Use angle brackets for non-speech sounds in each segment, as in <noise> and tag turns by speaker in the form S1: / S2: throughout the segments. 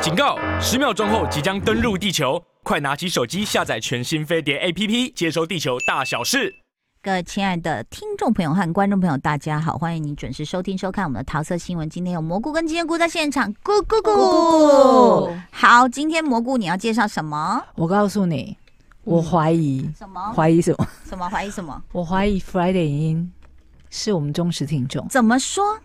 S1: 警告！十秒钟后即将登陆地球，快拿起手机下载全新飞碟 APP，接收地球大小事。
S2: 各位亲爱的听众朋友和观众朋友，大家好，欢迎你准时收听收看我们的桃色新闻。今天有蘑菇跟金针菇在现场，咕咕咕。
S3: 咕咕咕
S2: 好，今天蘑菇你要介绍什么？
S3: 我告诉你，我怀疑，
S2: 什么？
S3: 怀疑什么？
S2: 什么怀疑什么？
S3: 我怀疑 Friday 影音是我们忠实听众，
S2: 怎么说？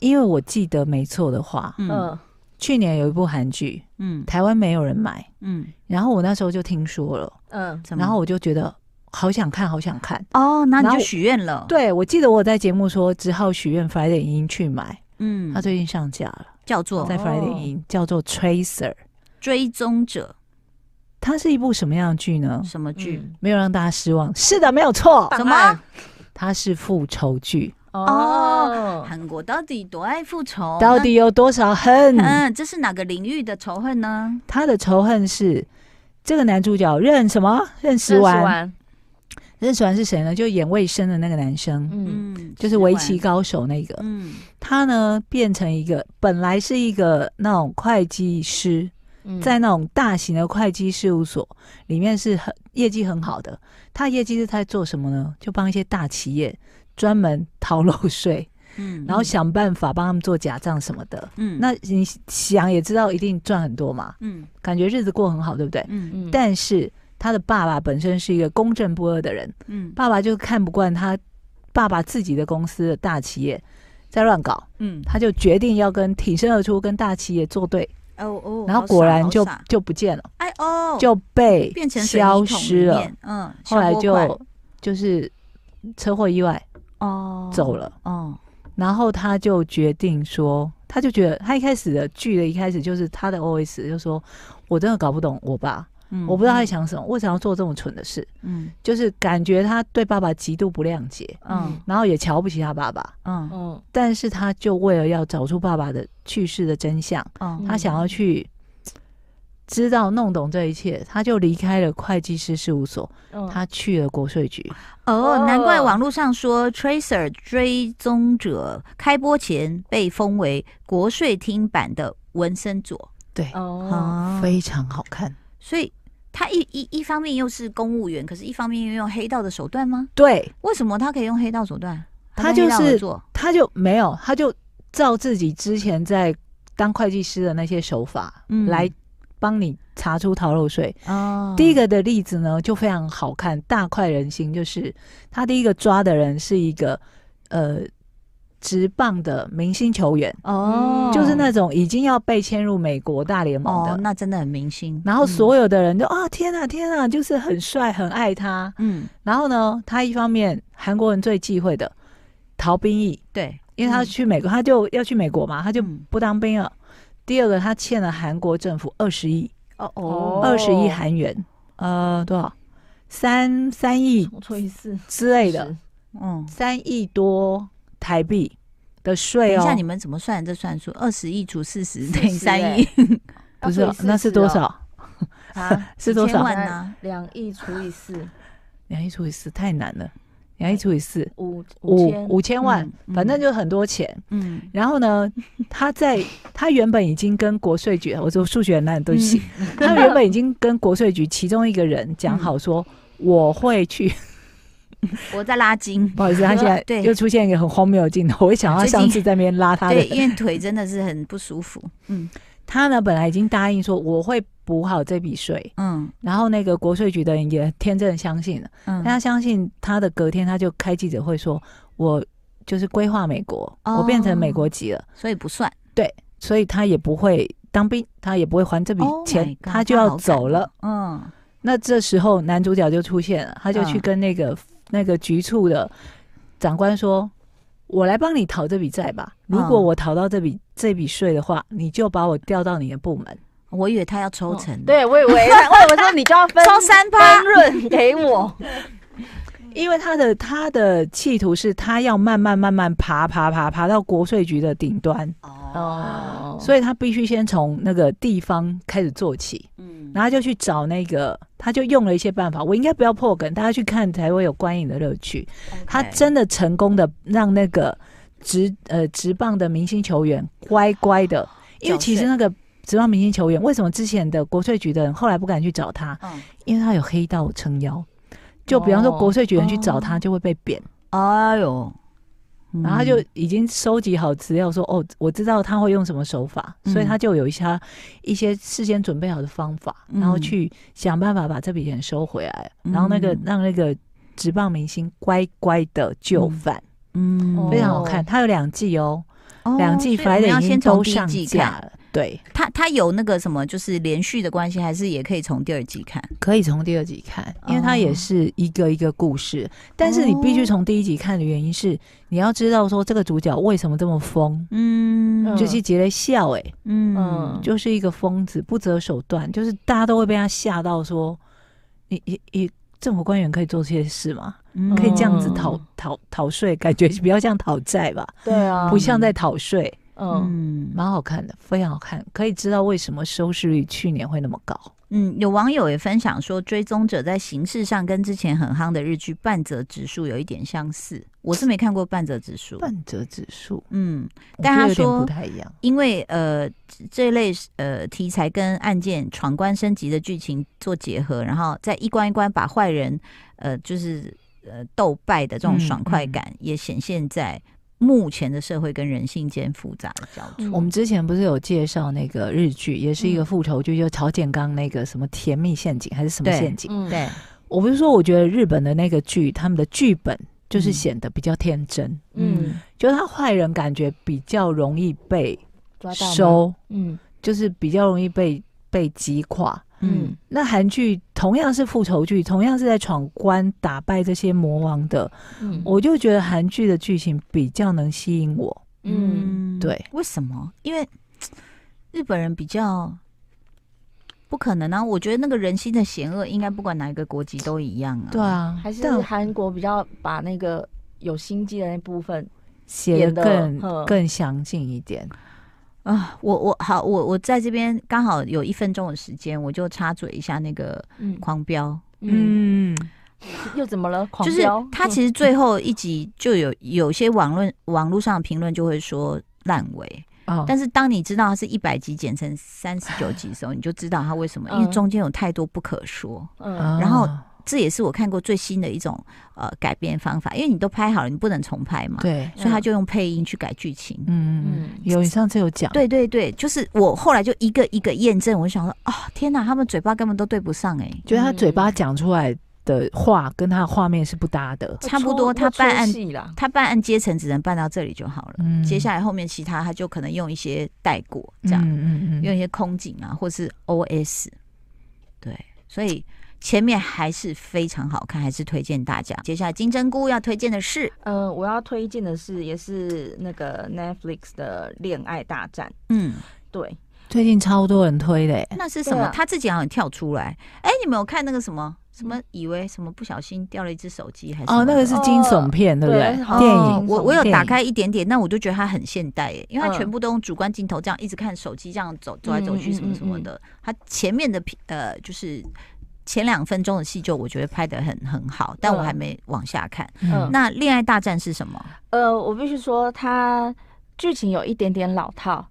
S3: 因为我记得没错的话，
S2: 嗯
S4: 嗯，
S3: 去年有一部韩剧，
S2: 嗯
S3: 台湾没有人买，
S2: 嗯，
S3: 然后我那时候就听说了，
S4: 嗯，
S2: 怎么？
S3: 然后我就觉得好想看，好想看。
S2: 哦，那你
S3: 然
S2: 就
S3: 后
S2: 许愿了。，
S3: 对，我记得我在节目说，只好许愿 Friday 影音去买，
S2: 嗯哦
S3: 它，最近上架了，
S2: 叫做
S3: 在 Friday 影音叫做 Tracer，
S2: 追踪者
S3: 它是一部什么样的剧呢？
S2: 什么剧？
S4: 嗯
S3: 没有让大家失望，是的，没有错，
S2: 什
S4: 档案
S2: 么？
S3: 它是复仇剧，
S2: 哦
S4: 哦，
S2: 韩国到底多爱复仇？
S3: 到底有多少恨？
S2: 那？哦嗯，这是哪个领域的仇恨呢？
S3: 他的仇恨是这个男主角任什么任时完，
S4: 完，
S3: 任时完是谁呢？就演卫生的那个男生，
S4: 嗯
S2: 嗯，
S3: 就是围棋高手那个。
S2: 嗯
S3: 他呢变成一个本来是一个那种会计师，
S4: 嗯
S3: 在那种大型的会计事务所里面是很业绩很好的。他业绩是在做什么呢？就帮一些大企业专门逃漏税，
S2: 嗯，
S3: 然后想办法帮他们做假账什么的。
S2: 嗯
S3: 那你想也知道，一定赚很多嘛，
S2: 嗯
S3: 感觉日子过很好，对不对？
S2: 嗯
S4: 嗯
S3: 但是他的爸爸本身是一个公正不阿的人，
S2: 嗯
S3: 爸爸就看不惯他爸爸自己的公司的大企业在乱搞，
S2: 嗯，
S3: 他就决定要跟挺身而出，跟大企业作对，
S2: 哦哦，
S3: 然后
S2: 好
S3: 果
S2: 傻
S3: 然就
S2: 好傻
S3: 就不见了，
S2: 哎哦，
S3: 就被
S2: 变成水泥
S3: 消
S2: 桶里
S3: 失了
S2: 面，，嗯，
S3: 后来
S2: 小锅
S3: 就就是车祸意外
S2: 罐哦
S3: 走了，
S2: 哦，
S3: 然后他就决定说。他就觉得，他一开始的剧的一开始就是他的 OS 就说，我真的搞不懂我爸，
S2: 嗯
S3: 我不知道他在想什么，为什么要做这么蠢的事？
S2: 嗯
S3: 就是感觉他对爸爸极度不谅解，
S2: 嗯
S3: 然后也瞧不起他爸爸，
S2: 嗯
S4: 嗯
S3: 但是他就为了要找出爸爸的去世的真相，
S2: 嗯
S3: 他想要去知道弄懂这一切，他就离开了会计师事务所，
S4: 嗯
S3: 他去了国税局。
S2: 哦，难怪
S4: 哦
S2: 网络上说 Tracer 追踪者开播前被封为国税厅版的文森佐
S3: 对，
S4: 哦，
S2: 啊，
S3: 非常好看。
S2: 所以。他一一一方面又是公务员，可是一方面又用黑道的手段吗？
S3: 对，
S2: 为什么他可以用黑道手段？
S3: 他就是
S2: 做
S3: 他就没有，他就照自己之前在当会计师的那些手法、
S2: 嗯
S3: 来帮你查出逃漏税。
S2: 哦
S3: 第一个的例子呢，就非常好看，大快人心。就是他第一个抓的人是一个呃直棒的明星球员，
S2: 哦，
S3: 就是那种已经要被签入美国大联盟的。
S2: 哦，那真的很明星。嗯
S3: 然后
S2: 有
S3: 所有的人都、啊天啊天啊，就是很帅很爱他。
S2: 嗯
S3: 然后呢，他一方面韩国人最忌讳的逃兵役，
S2: 对，
S3: 因为他去美国、他就要去美国嘛，他就
S2: 嗯
S3: 不当兵了。第二个，他欠了韩国政府二十亿，
S2: 哦
S4: 哦
S3: 二十亿韩元，呃多少？三三亿
S4: 我错一次，
S3: 之类的
S4: 是，
S2: 嗯，
S3: 三亿多台币的
S2: 等
S3: 税
S2: 一
S3: 哦。哎
S2: 下你们怎么算这算术？二十亿除四十等于
S4: 40
S2: 三
S4: <laughs>
S2: 亿，
S3: 不是哦，那是多？少？
S2: <laughs>
S4: 啊，
S3: 是多
S2: 千
S3: 少？
S2: 万呢？
S4: 两亿除以四，
S3: 两亿除以四太难了，两亿除以四
S4: 五
S3: 五
S4: 千，
S3: 五千万
S2: 嗯，嗯
S3: 反正就很多钱。
S2: 嗯，
S3: 然后
S2: <laughs>
S3: 呢，他在他原本已经跟国税局，我说数学很烂，对不起，
S2: 嗯
S3: <laughs> 他原本已经跟国税局其中一个人讲好说。
S2: 嗯
S3: 我会去，。
S2: 我在拉筋
S3: 不好意思，他现在
S2: 嗯对
S3: 又出现一个很荒谬的镜头。我想到上次在那边拉他 <laughs>
S2: 对，
S3: 的，
S2: 因为腿真的是很不舒服。嗯
S3: 他呢本来已经答应说我会补好这笔税，
S2: 嗯
S3: 然后那个国税局的人也天真的相信了，
S2: 嗯，
S3: 但他相信他的隔天他就开记者会说，我就是规划美国，
S2: 哦
S3: 我变成美国籍了，
S2: 所以不算。
S3: 所以他也不会当兵，他也不会还这笔
S2: Oh my
S3: 钱
S2: God，
S3: 他就要走了。。
S2: 他好感动
S3: 那这时候男主角就出现了，他就去
S2: 嗯
S3: 跟那个、那个局处的长官说：“我来帮你讨这笔债吧。如果
S2: 嗯
S3: 我讨到这笔这笔税的话，你就把我调到你的部门。
S2: 嗯，我以为他要抽成，，
S3: 哦
S4: 对，我以为，我以为说你就要
S3: <laughs>
S4: 分
S2: 抽三趴
S4: 分。润给我，
S3: 因为他的他的企图是他要慢慢慢慢爬爬爬爬到国税局的顶端，
S2: 哦，
S4: 哦，
S3: 所以他必须先从那个地方开始做起。
S2: 嗯
S3: 然后他就去找那个，他就用了一些办法。我应该不要破梗，大家去看才会有观影的乐趣。
S4: 哎
S3: 他真的成功的让
S4: 哦
S3: 那个直呃直棒的明星球员乖乖的，因为其实那个职棒明星球员，为什么之前的国税局的人后来不敢去找他？
S2: 嗯，
S3: 因为他有黑道撑腰。就比方说
S4: 哦
S3: 国税局人去找
S2: 哦
S3: 他就会被贬，
S2: 哎呦，嗯
S3: 然后他就已经收集好资料说哦，我知道他会用什么手法，所以
S2: 嗯
S3: 他就有一些一些事先准备好的方法，然后
S2: 嗯
S3: 去想办法把这笔钱收回来，然后那个
S2: 嗯
S3: 让那个职棒明星乖乖的就
S2: 嗯
S3: 范，
S2: 嗯
S4: 哦
S3: 非常好看。他有两季哦，
S2: 哦
S3: 两季
S2: 所以我们
S3: Friday
S2: 要
S3: 已经
S2: 先从
S3: 都
S2: 第一
S3: 上
S2: 季
S3: 架
S2: 看，
S3: 了，对，
S2: 它它有那个什么，就是连续的关系，还是也可以从第二季看？
S3: 可以从第二集看，因为它
S2: 哦
S3: 也是一个一个故事。但是你必须
S2: 哦
S3: 从第一集看的原因是，你要知道说这个主角为什么这么疯，
S2: 嗯
S3: 就是杰雷笑哎、
S2: 嗯
S4: 嗯
S3: 就是一个疯子，不择手段，就是大家都会被他吓到说，你你你政府官员可以做这些事吗？
S2: 嗯
S3: 可以这样子
S4: 嗯
S3: 讨讨讨税，感觉 <laughs> 比较像讨债吧，
S4: 对啊，
S3: 不像在讨税，
S4: 嗯，
S2: 嗯
S3: 蛮好看的，非常好看，可以知道为什么收视率去年会那么高。
S2: 嗯，有网友也分享说，追踪者在形式上跟之前很夯的日剧《半泽直树》有一点相似。我是没看过《半泽直树》，
S3: 半折指数，
S2: 嗯，
S3: 我
S2: 但
S3: 觉得
S2: 他
S3: 有点
S2: 说
S3: 不太一样。
S2: 因为呃这这类呃题材跟案件闯关升级的剧情做结合，然后再一关一关把坏人呃就是呃斗败的这种
S3: 嗯
S2: 爽快感，也显现在目前的社会跟人性间复杂的交错。
S4: 嗯
S3: 我们之前不是有介绍那个日剧，也是一个复仇剧，就曹建刚那个什么《甜蜜陷阱》还是什么
S2: 对
S3: 陷阱？
S4: 嗯，
S2: 对，
S3: 我不是说我觉得日本的那个剧，他们的剧本就是显得比较天真，
S4: 嗯，
S3: 就是他坏人感觉比较容易被
S4: 抓到吗，
S3: 收，
S4: 嗯
S3: 就是比较容易被被击垮。
S2: 嗯
S4: 嗯
S3: 那韩剧同样是复仇剧，同样是在闯关打败这些魔王的，
S4: 嗯，
S3: 我就觉得韩剧的剧情比较能吸引我。
S4: 嗯
S3: 对，
S2: 为什么？因为日本人比较不可能啊！我觉得那个人心的险恶，应该不管哪一个国籍都一样啊。
S3: 对，啊，
S4: 还是
S3: 但
S4: 韩国比较把那个有心机的那部分，
S3: 写
S4: 演
S3: 的
S4: 得
S3: 更
S4: 嗯
S3: 更详尽一点。
S2: 啊，我我好，我我在这边刚好有一分钟的时间，我就插嘴一下那个
S4: 嗯
S2: 狂飙，
S4: 嗯，
S3: 嗯，
S4: 又怎么了？狂
S2: 就是
S4: 飙嗯
S2: 他其实最后一集就有有些网论网络上的评论就会说烂尾，
S3: 哦
S2: 但是当你知道它是一百集剪成三十九集的时候，你就知道它为什么，因为
S4: 嗯
S2: 中间有太多不可说。
S4: 嗯
S3: 啊
S2: 然后这也是我看过最新的一种呃改编方法，因为你都拍好了，你不能重拍嘛，
S3: 对，
S2: 所以他就用配音去改剧情。
S3: 嗯嗯
S4: 嗯，
S3: 有你上次有讲，
S2: 对对对，就是我后来就一个一个验证，我就想说，哦，天哪，他们嘴巴根本都对不上哎、
S3: 觉得他嘴巴讲出来的话跟他的画面是不搭的。
S2: 差不多
S4: 会出
S2: 他办案
S4: 呃会出戏啦，
S2: 他办案阶层只能办到这里就好了，
S3: 嗯
S2: 接下来后面其他他就可能用一些带过这样，
S3: 嗯嗯
S2: 用
S3: 嗯，
S2: 一些空警啊，或是 OS，对，所以前面还是非常好看，还是推荐大家。接下来金针菇要推荐的是，
S4: 呃，我要推荐的是，也是那个 Netflix 的《恋爱大战》。
S2: 嗯，
S4: 对，
S3: 最近超多人推的欸，
S2: 那是什
S4: 对
S2: 么？
S4: 啊
S2: 他自己好像跳出来。哎、你们有看那个什么什么？以为什么不小心掉了一只手机还是什么
S3: 哦，
S2: 的
S3: 那个是惊悚片，对不
S4: 对
S3: 对？
S4: 那是
S3: 电
S2: 哦
S3: 影，
S2: 我我有
S3: 电
S2: 打
S3: 影
S2: 开一点点，那我就觉得它很现代耶，因为它
S4: 嗯
S2: 全部都用主观镜头这样一直看手机这样走走来走去
S4: 嗯嗯
S2: 什么什么
S4: 嗯嗯
S2: 的。它前面的片呃就是前两分钟的戏就我觉得拍的很很好，但我还没往下看。
S3: 嗯
S4: 嗯
S2: 那恋爱大战是什么？
S4: 呃，我必须说，它剧情有一点点老
S2: <laughs>
S4: 套，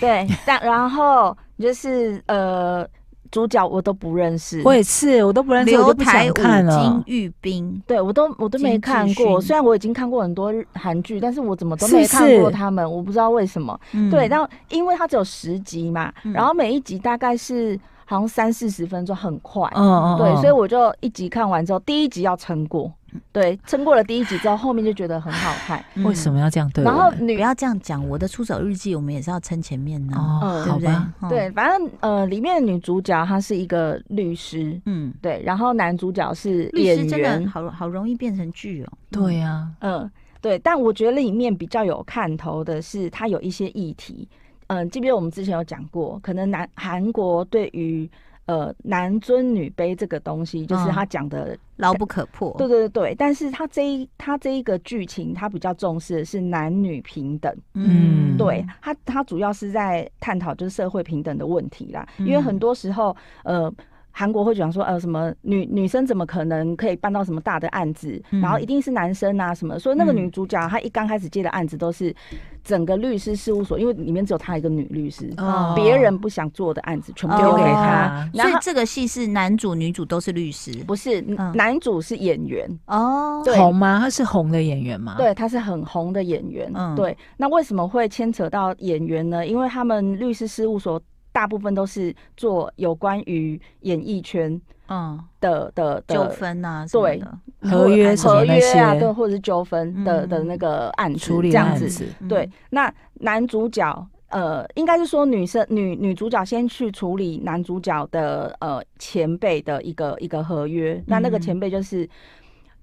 S4: 对，但然后就是呃，主角我都不认识，
S3: 我也是，我都不认识，我
S2: 刘
S3: 都不
S2: 台
S3: 想
S2: 武、
S3: 看
S2: 金
S3: 了。嗯
S2: 玉彬，
S4: 对我都我都
S2: 金
S4: 没
S2: 智
S4: 看
S2: 勋
S4: 过，虽然我已经看过很多日韩剧，但是我怎么都
S3: 是
S4: 没看
S3: 是
S4: 过他们，我不知道为什么。
S2: 嗯
S4: 对，但因为它只有十集嘛，
S2: 嗯
S4: 然后每一集大概是好像三四十分钟，很快。
S2: 哦
S3: 嗯嗯，
S4: 对，
S3: 嗯
S4: 所以我就一集看完之后，第一集要撑过，对，撑过了第一集之后，后面就觉得很好
S2: <laughs>
S4: 看。
S2: 嗯
S3: 为什么要这样对我
S4: 然
S3: 们？
S4: 后
S2: 不
S4: 女，
S2: 要这样讲，我的出走日记我们也是要撑前面呢、
S3: 哦，
S4: 嗯
S2: 对
S3: 好
S2: 不对
S3: 吧，？
S2: 嗯，
S4: 对，反正呃，里面的女主角她是一个律师，
S2: 嗯，
S4: 对，然后男主角是
S2: 律
S4: 演
S2: 师真的
S4: 员，
S2: 好好容易变成剧哦。
S3: 对啊呀，
S4: 嗯，对。但我觉得里面比较有看头的是，它有一些议题，嗯，记不记得我们之前有讲过，可能南韩国对于呃男尊女卑这个东西，就是
S2: 嗯哦
S4: 他讲的
S2: 牢不可破。
S4: 对对对对，但是他这一他这一个剧情，他比较重视的是男女平等，
S3: 嗯
S4: 对他他主要是在探讨就是社会平等的问题啦，因为
S2: 嗯
S4: 很多时候呃。韩国会讲说，呃，什么女女生怎么可能可以办到什么大的案子？
S2: 嗯
S4: 然后一定是男生啊什么。所以那个
S2: 嗯
S4: 女主角她一刚开始接的案子都是整个律师事务所，因为里面只有她一个女律师，
S2: 哦
S4: 别、人不想做的案子全部丢给
S2: 哦
S4: 她。
S2: 所
S4: 然
S2: 以
S4: 后
S2: 这个戏是男主女主都是律师
S4: 不是、
S2: 嗯
S4: 男主是演员，
S2: 哦，
S4: 对
S3: 红吗？他是红的演员吗？，
S4: 对，他是很红的演员。
S2: 嗯
S4: 对，那为什么会牵扯到演员呢？因为他们律师事务所大部分都是做有关于演艺圈
S2: 嗯，
S4: 的的
S2: 纠
S4: 的
S2: 纷啊什么
S4: 对
S2: 的，
S3: 合约什么
S4: 合
S3: 那
S4: 约
S3: 些
S4: 啊，对，或者是纠纷的
S2: 嗯
S4: 的那个案子
S3: 处理
S4: 这样
S3: 案
S4: 子。
S3: 子，
S2: 嗯
S4: 对，，那男主角。呃，应该是说女生女女主角先去处理男主角的呃前辈的一个一个合约，那那个
S2: 嗯
S4: 前辈就是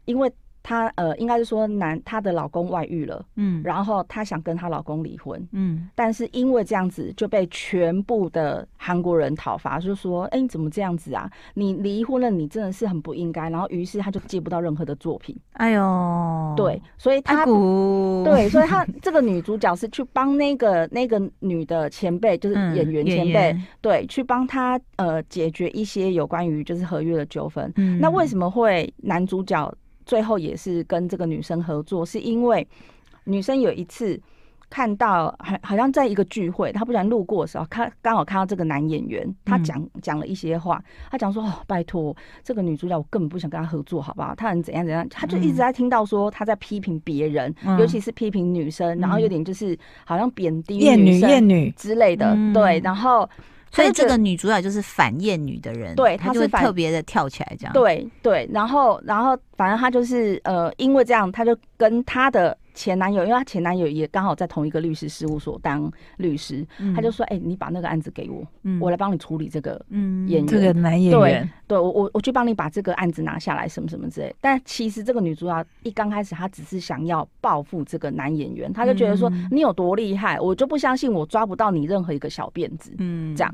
S4: 因为她呃，应该是说男她的老公外遇了，
S2: 嗯
S4: 然后她想跟她老公离婚，
S2: 嗯
S4: 但是因为这样子就被全部的韩国人讨伐，就说：“哎，你怎么这样子啊？你离婚了，你真的是很不应该。”然后于是她就接不到任何的作品，
S2: 哎呦，
S4: 对，，所以
S2: 阿
S4: 她。
S2: 古，
S4: 对，所以她这个女主角是去帮那个那个女的前辈，就是
S2: 嗯，
S4: 演员前辈，
S2: 员
S4: 对，去帮她呃解决一些有关于就是合约的纠纷。
S2: 嗯
S4: 那为什么会男主角最后也是跟这个女生合作？是因为女生有一次看到，好好像在一个聚会，她不然路过的时候，看刚好看到这个男演员，他
S2: 嗯
S4: 讲讲了一些话，他讲说：“哦，拜托，这个女主角我根本不想跟她合作，好不好？她很怎样怎样。”他就一直
S2: 嗯
S4: 在听到说他在批评别人，
S2: 嗯
S4: 尤其是批评女生，然后有点就是好像贬低
S3: 艳女
S4: 生
S3: 艳女，
S4: 之类的，
S2: 嗯
S4: 对，然后。
S2: 所以
S4: 她就觉
S2: 这
S4: 得
S2: 个女主角就是反厌女的人，
S4: 对
S2: 她
S4: 她
S2: 就是会
S4: 反
S2: 特别的跳起来这样，，
S4: 对对，然后然后反正她就是呃，因为这样，她就跟她的前男友，因为她前男友也刚好在同一个律师事务所当律师，她就说：“哎、你把那个案子给我，
S2: 嗯
S4: 我来帮你处理这个。
S2: 嗯
S4: 演
S3: 这个男演
S4: 对
S3: 员，
S4: 对我我我去帮你把这个案子拿下来，什么什么之类。但其实这个女主角一刚开始，她只是想要报复这个男演员，她就觉得说、
S2: 嗯
S4: 你有多厉害，我就不相信我抓不到你任何一个小辫子。
S2: 嗯
S4: 这样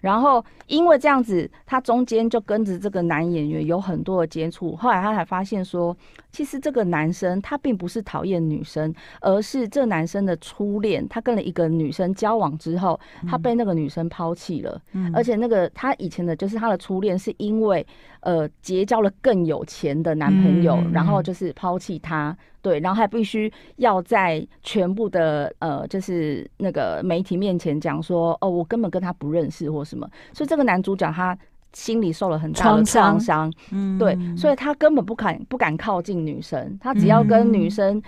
S4: 然后因为这样子，他中间就跟着这个男演员有很多的接触。后来他才发现说，其实这个男生他并不是讨厌女生，而是这男生的初恋，他跟了一个女生交往之后，他被那个女生抛弃了。
S2: 嗯
S4: 而且那个他以前的就是他的初恋，是因为呃结交了更有钱的男朋友，
S2: 嗯
S4: 然后就是抛弃他，对，然后还必须要在全部的呃就是那个媒体面前讲说，哦，我根本跟他不认识或什么，所以这个男主角他心里受了很大的
S3: 创伤
S4: 创伤，对，
S2: 嗯
S4: 所以他根本不敢不敢靠近女生，他只要跟
S2: 嗯
S4: 女生、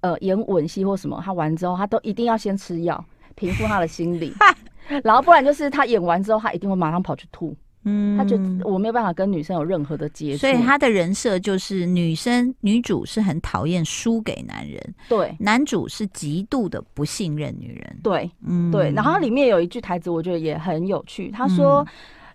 S4: 呃演吻戏或什么，他完之后他都一定要先吃药平复他的
S2: <laughs>
S4: 心理，然后不然就是他演完之后他一定会马上跑去吐，
S2: 以
S4: 他觉得我没有办法跟女生有任何的接触，
S2: 嗯所以她的人设就是女生女主是很讨厌输给男人，
S4: 对
S2: 男主是极度的不信任女人。
S4: 对
S2: 嗯嗯
S4: 对，然后它里面有一句台词我觉得也很有趣，他说。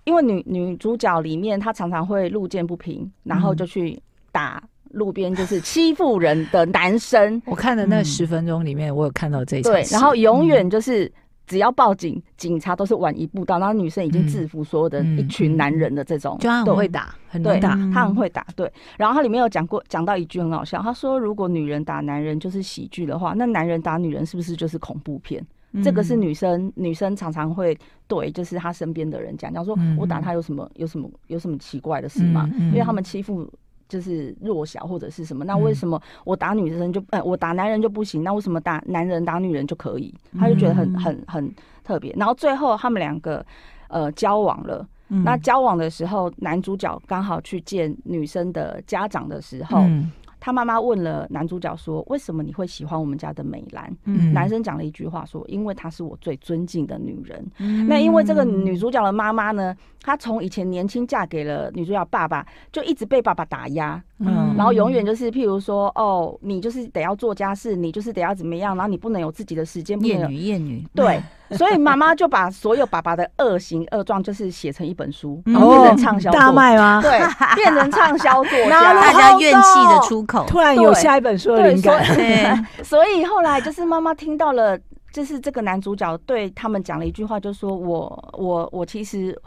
S4: 因为女女主角里面，她常常会路见不平，然后
S2: 嗯
S4: 就去打路边就是欺负人的男生，
S3: 我看的那
S2: 嗯
S3: 十分钟里面，我有看到这一场
S4: 对，
S3: 戏
S4: 然后永
S3: 嗯
S4: 远就是只要报警，警察都是晚一步到，然后女生已经
S3: 嗯
S4: 制服所有的
S3: 嗯
S4: 一群男人的这种，
S3: 就他
S4: 对
S3: 很会打，很
S4: 对，
S3: 能打，
S4: 他很会打，对。然后他里面有讲过，讲到一句很好笑，他说如果女人打男人就是喜剧的话，那男人打女人是不是就是恐怖片？这个是
S2: 嗯
S4: 女生女生常常会对，就是她身边的人讲，讲说
S3: 嗯
S4: 我打他有什么有什么有什么奇怪的事吗？
S3: 嗯嗯嗯
S4: 因为他们欺负。就是弱小或者是什么，那为什么我打女生就呃我打男人就不行？那为什么打男人打女人就可以？他就觉得很
S2: 嗯
S4: 很很特别。然后最后他们两个呃交往了，
S2: 嗯
S4: 那交往的时候，男主角刚好去见女生的家长的时候，
S3: 嗯
S4: 他妈妈问了男主角说：“为什么你会喜欢我们家的美兰？”
S3: 嗯
S4: 男生讲了一句话说：“因为她是我最尊敬的女人。
S2: 嗯
S4: 那因为这个女主角的妈妈呢，她从以前年轻嫁给了女主角爸爸，就一直被爸爸打压，
S3: 嗯，
S4: 然后永远就是譬如说，哦，你就是得要做家事，你就是得要怎么样，然后你不能有自己的时间，不能
S2: 厌
S4: 有
S2: 女厌女，嗯
S4: 对， <laughs> 所以妈妈就把所有爸爸的恶行恶状，就是写成一本书，
S2: 嗯
S4: 然后变成畅销
S3: 哦大
S4: 作，
S3: 卖吗？
S4: 对，变成畅销作
S3: <laughs> 哪
S4: 家
S3: 路。
S2: 大家怨气的出口。
S3: 突然有
S4: 对
S3: 下一本书的
S4: 对，
S3: 灵
S4: 所
S3: 感，
S4: 以
S2: <laughs> 对，
S4: <laughs> 所以后来就是妈妈听到了，就是这个男主角对他们讲了一句话，就说我我我其实。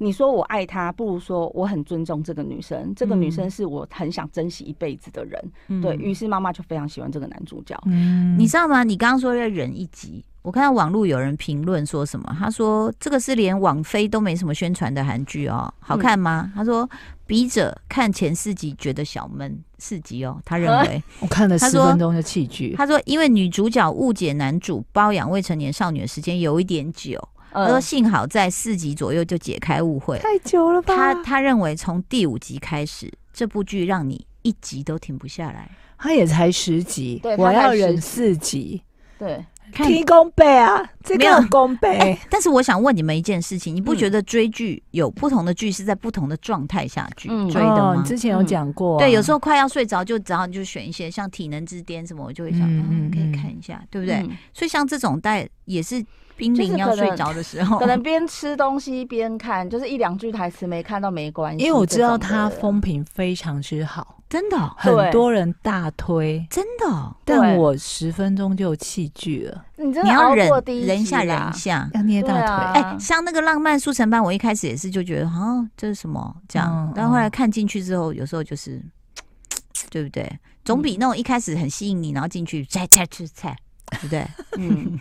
S4: 你说我爱她，不如说我很尊重这个女生。这个女生是我很想珍惜一辈子的人。对
S2: 嗯
S4: 于是，妈妈就非常喜欢这个男主角。
S3: <laughs> 嗯
S2: 你知道吗？你刚刚说要忍一集，我看到网络有人评论说什么，他说这个是连网飞都没什么宣传的韩剧哦，好看吗？他说笔者看前四集觉得小闷，四集哦，他认
S4: 嗯
S2: 为，
S3: 我看了
S2: 他
S3: 十
S2: 说
S3: 分钟就弃剧。
S2: 他说因为女主角误解男主包养未成年少女的时间有一点久，他说
S4: 呃，
S2: 幸好在四集左右就解开误会，
S3: 太久了吧？
S2: 他
S4: 啊
S2: 他认为从第五集开始，这部剧让你一集都停不下来。
S3: 他也才十集
S4: 对，
S3: 我
S4: 他才
S3: 要
S4: 十
S3: 忍
S4: 集
S3: 四集，
S4: 对，
S2: 看
S3: 提供背啊，这
S2: 没有
S3: 个公背。
S4: 哎
S2: 但是我想问你们一件事情，你不
S4: 嗯
S2: 觉得追剧有不同的剧是在不同的状态下去
S4: 嗯
S2: 追的吗？
S3: 哦你之前有
S4: 嗯
S3: 讲过啊、
S2: 对，有时候快要睡着就，然后你就选一些像《体能之巅》什么，我就会想，嗯，
S3: 嗯嗯
S2: 可以
S3: 嗯
S2: 看一下，对
S4: 对
S2: 不对？？所以像这种带也是濒
S4: 就是
S2: 临要
S4: 可
S2: 睡
S4: 能
S2: 着的时候，
S4: 可能边吃东西边看，就是一两句台词没看到没关系。
S3: 因为我知道
S4: 这种的
S3: 他风评非常之好，
S2: <laughs> 真的哦、
S3: 很多人大推，
S2: 真的哦、
S3: 但我十分钟就弃剧了，
S4: 你真
S2: 你
S4: 的
S2: 要
S4: 熬
S2: 忍
S4: 过第一
S2: 忍一
S4: 集
S2: 下，忍
S4: 啦
S2: 一下。
S3: 要捏大
S4: 对
S3: 腿。
S4: 啊
S2: 哎、像那个浪漫速成班，我一开始也是就觉得，哦，这是什么这样
S3: 嗯，
S2: 但后来看进去之后，有时候就是，对不对？嗯总比那种一开始很吸引你，然后进去菜菜吃菜，对不对？ <laughs>
S4: 嗯，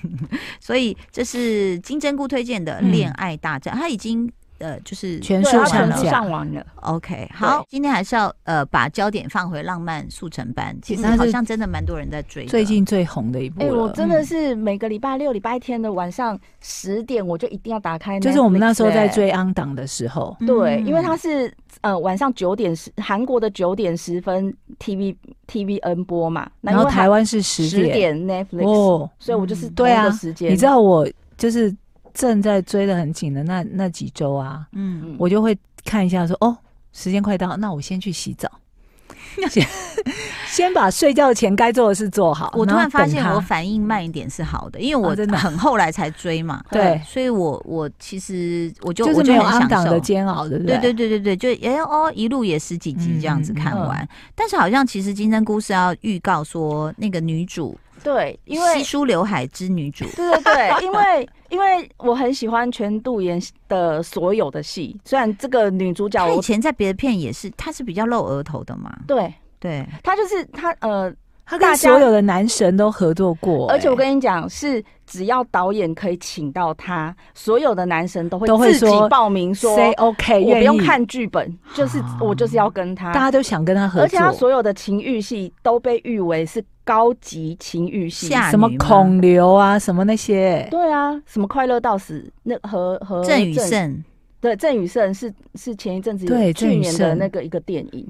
S2: 所以这是金针菇推荐的《
S3: 嗯
S2: 恋爱大战》，他已经呃就是
S3: 全
S4: 对，
S3: 数
S4: 他
S2: 上
S4: 全
S2: 架
S4: 部
S3: 架，
S4: 上完了，
S2: OK 好，今天还是要呃把焦点放回浪漫速成班，其实
S3: 它是
S2: 好像真的蛮多人在追的，
S3: 最近最红的一部
S4: 哎、
S3: 了。嗯
S4: 我真的是每个礼拜六、礼拜天的晚上十点，我就一定要打开 Netflix 欸、
S3: 就是我们那时候在追安档的时候，
S2: 嗯
S4: 对，因为它是呃晚上九点十，韩国的九点十分 TV TVN 播嘛，那因
S3: 然
S4: 为
S3: 后台湾是十
S4: 十
S3: 点
S4: 点 Netflix，、
S3: 哦，
S4: 所以我就是
S2: 嗯
S4: 同
S3: 对啊
S4: 一个时间、
S3: 你知道我就是正在追的很紧的那那几周啊，
S2: 嗯，
S3: 我就会看一下说，哦，时间快到，那我先去洗澡，先先把睡觉前该做的事做好。
S2: 我突然
S3: 后
S2: 发
S3: 等
S2: 现
S3: 它
S2: 我反应慢一点是好的，因为我
S3: 哦真的啊
S2: 很后来才追嘛，
S3: <laughs> 对，
S2: 所以我我其实我就
S3: 就是
S2: 我就
S3: 没有安
S2: 很
S3: 档
S2: 享受。
S3: 的煎熬，对不
S2: 对
S3: 对
S2: 对对对对，就哎哦，一路也十几集这样子看完，
S3: 嗯
S2: 但是好像其实金针菇是要预告说那个女主，
S4: 对，因为
S2: 稀疏刘海之女主，
S3: 啊
S4: 对对对， <laughs> 因为因为我很喜欢全度妍的所有的戏，虽然这个女主角
S2: 她以
S4: 我
S2: 前在别的片也是，她是比较露额头的嘛，
S4: 对
S2: 对，
S4: 她就是她呃，
S3: 他跟
S4: 大家
S3: 所有的男神都合作过、
S4: 而且我
S3: 哎
S4: 跟你讲，是只要导演可以请到她，所有的男神都会
S3: 都会
S4: 自己
S3: 说
S4: 报名说，
S3: say OK，
S4: 我不
S3: 愿
S4: 用
S3: 意，啊
S4: 看剧本，就是我就是要跟她。
S3: 大家都想跟他合
S4: 而且
S3: 作。
S4: 她所有的情欲戏都被誉为是高级情欲戏。
S2: 下
S3: 什么
S2: 女吗
S3: 孔刘啊，什么那些，
S4: 对啊，什么快乐到死，那和和
S2: 郑宇盛，
S4: 对，郑宇盛是是前一阵子有
S3: 对郑
S4: 去
S3: 宇
S4: 年的
S3: 盛
S4: 那个一个电影，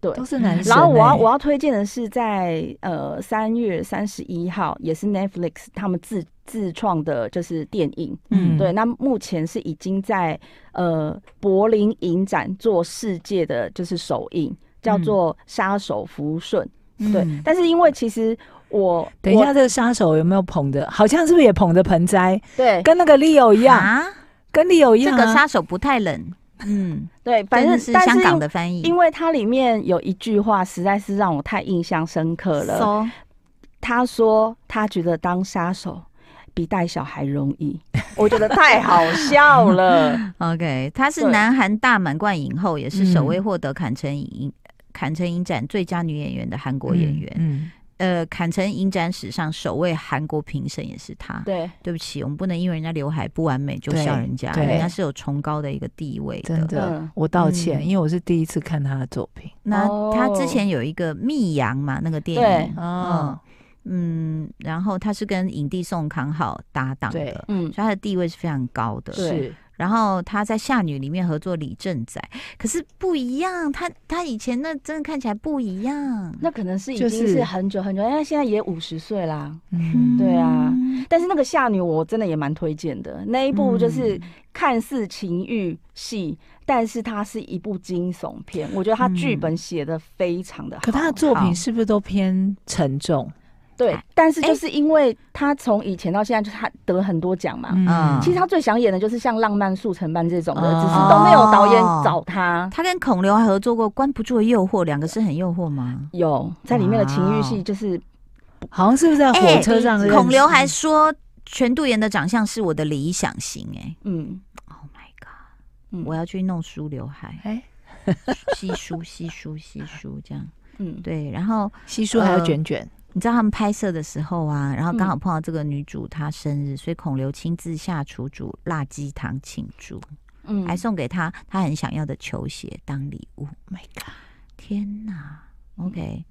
S4: 对。
S3: 都是男神、
S4: 然后我要
S3: 哎
S4: 我要推荐的是在呃三月三十一号，也是 Netflix 他们自自创的，就是电影。
S2: 嗯
S3: 嗯，
S4: 对，那目前是已经在呃柏林影展做世界的就是首映，叫
S2: 嗯
S4: 做《杀手福顺》。对，
S2: 嗯
S4: 但是因为其实我
S3: 等一
S4: 我
S3: 下，这个杀手有没有捧着？好像是不是也捧着盆栽，
S4: 对
S3: 跟那个 Leo 一样，
S2: 啊，
S3: 跟 Leo 一
S2: 这
S3: 样、
S2: 个
S3: 啊。
S2: 杀手不太冷，嗯，
S4: 对，反
S2: 真
S4: 正
S2: 的是
S4: 但
S2: 香
S4: 因
S2: 港的翻译，
S4: 因为它里面有一句话实在是让我太印象深刻了。
S2: So，
S4: 他说他觉得当杀手比带小孩容易，我觉得太好
S2: <laughs>
S4: 笑了。
S2: OK，她是
S4: 对
S2: 南韩大满贯影后，也是首
S3: 嗯
S2: 位获得坎城影坎城影展最佳女演员的韩国
S3: 嗯
S2: 演员。
S3: 嗯，
S2: 呃，坎城影展史上首位韩国评审也是她。
S4: 对，
S2: 对不起，我们不能因为人家刘海不完美就
S3: 对
S2: 笑人家，
S3: 对
S2: 人家是有崇高的一个地位
S3: 真
S2: 的。
S3: 的，
S4: 嗯
S3: 我道歉，
S2: 嗯
S3: 因为我是第一次看他的作品。
S2: 那她
S4: 哦
S2: 之前有一个《密阳》嘛，那个电
S4: 对
S2: 影，嗯，嗯，然后她是跟影帝宋康昊搭档的，
S3: 对
S2: 所
S4: 嗯
S2: 以，她的地位是非常高的。
S4: 对
S3: 是
S2: 然后他在《夏女》里面合作李正宰，可是不一样，他他以前那真的看起来不一样。
S4: 那可能是已
S3: 就
S4: 经是
S3: 是
S4: 很久很久，因为现在也五十岁啦。
S3: 嗯，
S4: 对啊
S2: 嗯，
S4: 但是那个夏女我真的也蛮推荐的，那一部
S2: 嗯
S4: 就是看似情欲戏，但是它是一部惊悚片，我觉得它剧本
S2: 嗯
S4: 写的非常的好。
S3: 可他的作品是不是都偏沉重？
S4: 对
S2: 哎，
S4: 但是就是因为他从以前到现在，就是他得很多奖嘛。
S2: 嗯
S4: 其实他最想演的就是像《浪漫速成班》这种的，
S3: 哦
S4: 只是都没有导演找他。
S2: 他跟孔刘还合作过《关不住的诱惑》，两个是很诱惑吗？
S4: 有在里面的情欲
S2: 哇哦
S4: 戏，就是
S3: 好像是不是在火车上
S4: 嗯
S3: 认识？
S2: 哎孔刘还说全度妍的长相是我的理想型、哎
S4: 嗯，
S2: ，Oh my god！
S4: 嗯
S2: 我要去弄梳刘海， <laughs>
S3: 哎，
S2: 稀疏稀疏稀疏这样。
S4: 嗯，
S2: 对，然后
S3: 稀疏还要卷卷，
S2: 你知道他们拍摄的时候啊，然后刚好
S4: 嗯
S2: 碰到这个女主她生日，所以孔刘亲自下厨煮辣鸡汤庆祝，
S4: 嗯 Oh
S2: 还送给她她很想要的球鞋当礼物。
S3: ，My God，
S2: 天哪，OK，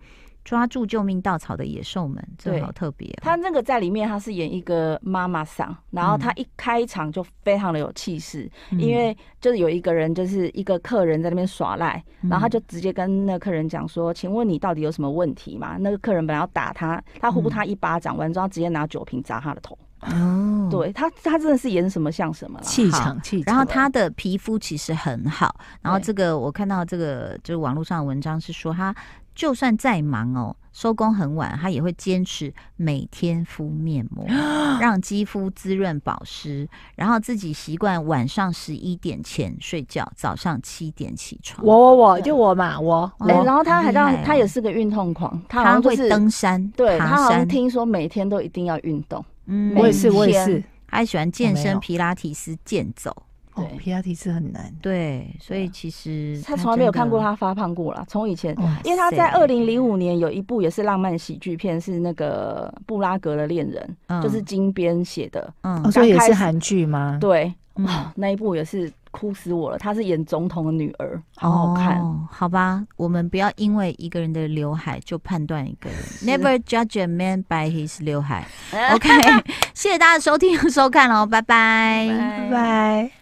S2: 抓住救命稻草的野兽们，这
S4: 对
S2: 好特别、哦。
S4: 他那个在里面，他是演一个妈妈桑，然后他一开场就非常的有气势，
S2: 嗯
S4: 因为就是有一个人就是一个客人在那边耍赖，
S2: 嗯
S4: 然后他就直接跟那个客人讲说：“请问你到底有什么问题嘛？”那个客人本来要打他，他呼他一巴掌，完之后他直接拿酒瓶砸他的头。
S2: 哦，
S4: 对他，他真的是演什么像什么啦。
S3: 气场气场，
S2: 然后她的皮肤其实很好，然后
S4: 对
S2: 这个我看到这个就是网络上的文章是说，她就算再忙哦，收工很晚，她也会坚持每天敷面
S4: <gasps>
S2: 膜，让肌肤滋润保湿，然后自己习惯晚上十一点前睡觉，早上七点起床。
S3: 我我我就我嘛，我
S2: 哦
S4: 哎、
S2: 哇
S3: 我
S4: 然后他还让、
S2: 很厉害哦
S4: 他也是个运动狂，他好
S2: 她
S4: 像就
S2: 会
S4: 是
S2: 登山、
S4: 对他
S2: 爬
S4: 好像
S2: 山，
S4: 听说每天都一定要运动，
S2: 嗯
S3: 我
S4: 每
S3: 也是我也
S4: 天
S3: 是，
S2: 她还喜欢
S4: 哦
S2: 健
S3: 我没
S2: 身、
S3: 有
S2: 皮拉提斯、健走。
S3: 哦
S4: 对
S3: 皮亚提是很难，
S2: 对，所以其实
S4: 啊他从来没有
S2: 真的
S4: 看过他发胖过啦，从以前
S3: 哇
S4: 因为他在
S2: 塞
S4: 二零零五年有一部也是浪漫喜剧片，是那个布拉格的恋人，
S2: 嗯
S4: 就是金边写的。
S2: 嗯
S3: 哦，所以也
S4: 刚
S3: 是
S4: 开始
S3: 韩剧吗？
S4: 对，
S2: 嗯
S4: 哇，那一部也是哭死我了。他是演总统的女儿，好好看。
S2: 哦。好吧，我们不要因为一个人的刘海就判断一个人。
S4: 是
S2: <laughs> Never judge a man by his 哦
S4: <laughs>
S2: 刘海。OK，谢谢大家的收听和收看喽，拜拜
S4: 拜
S3: 拜拜。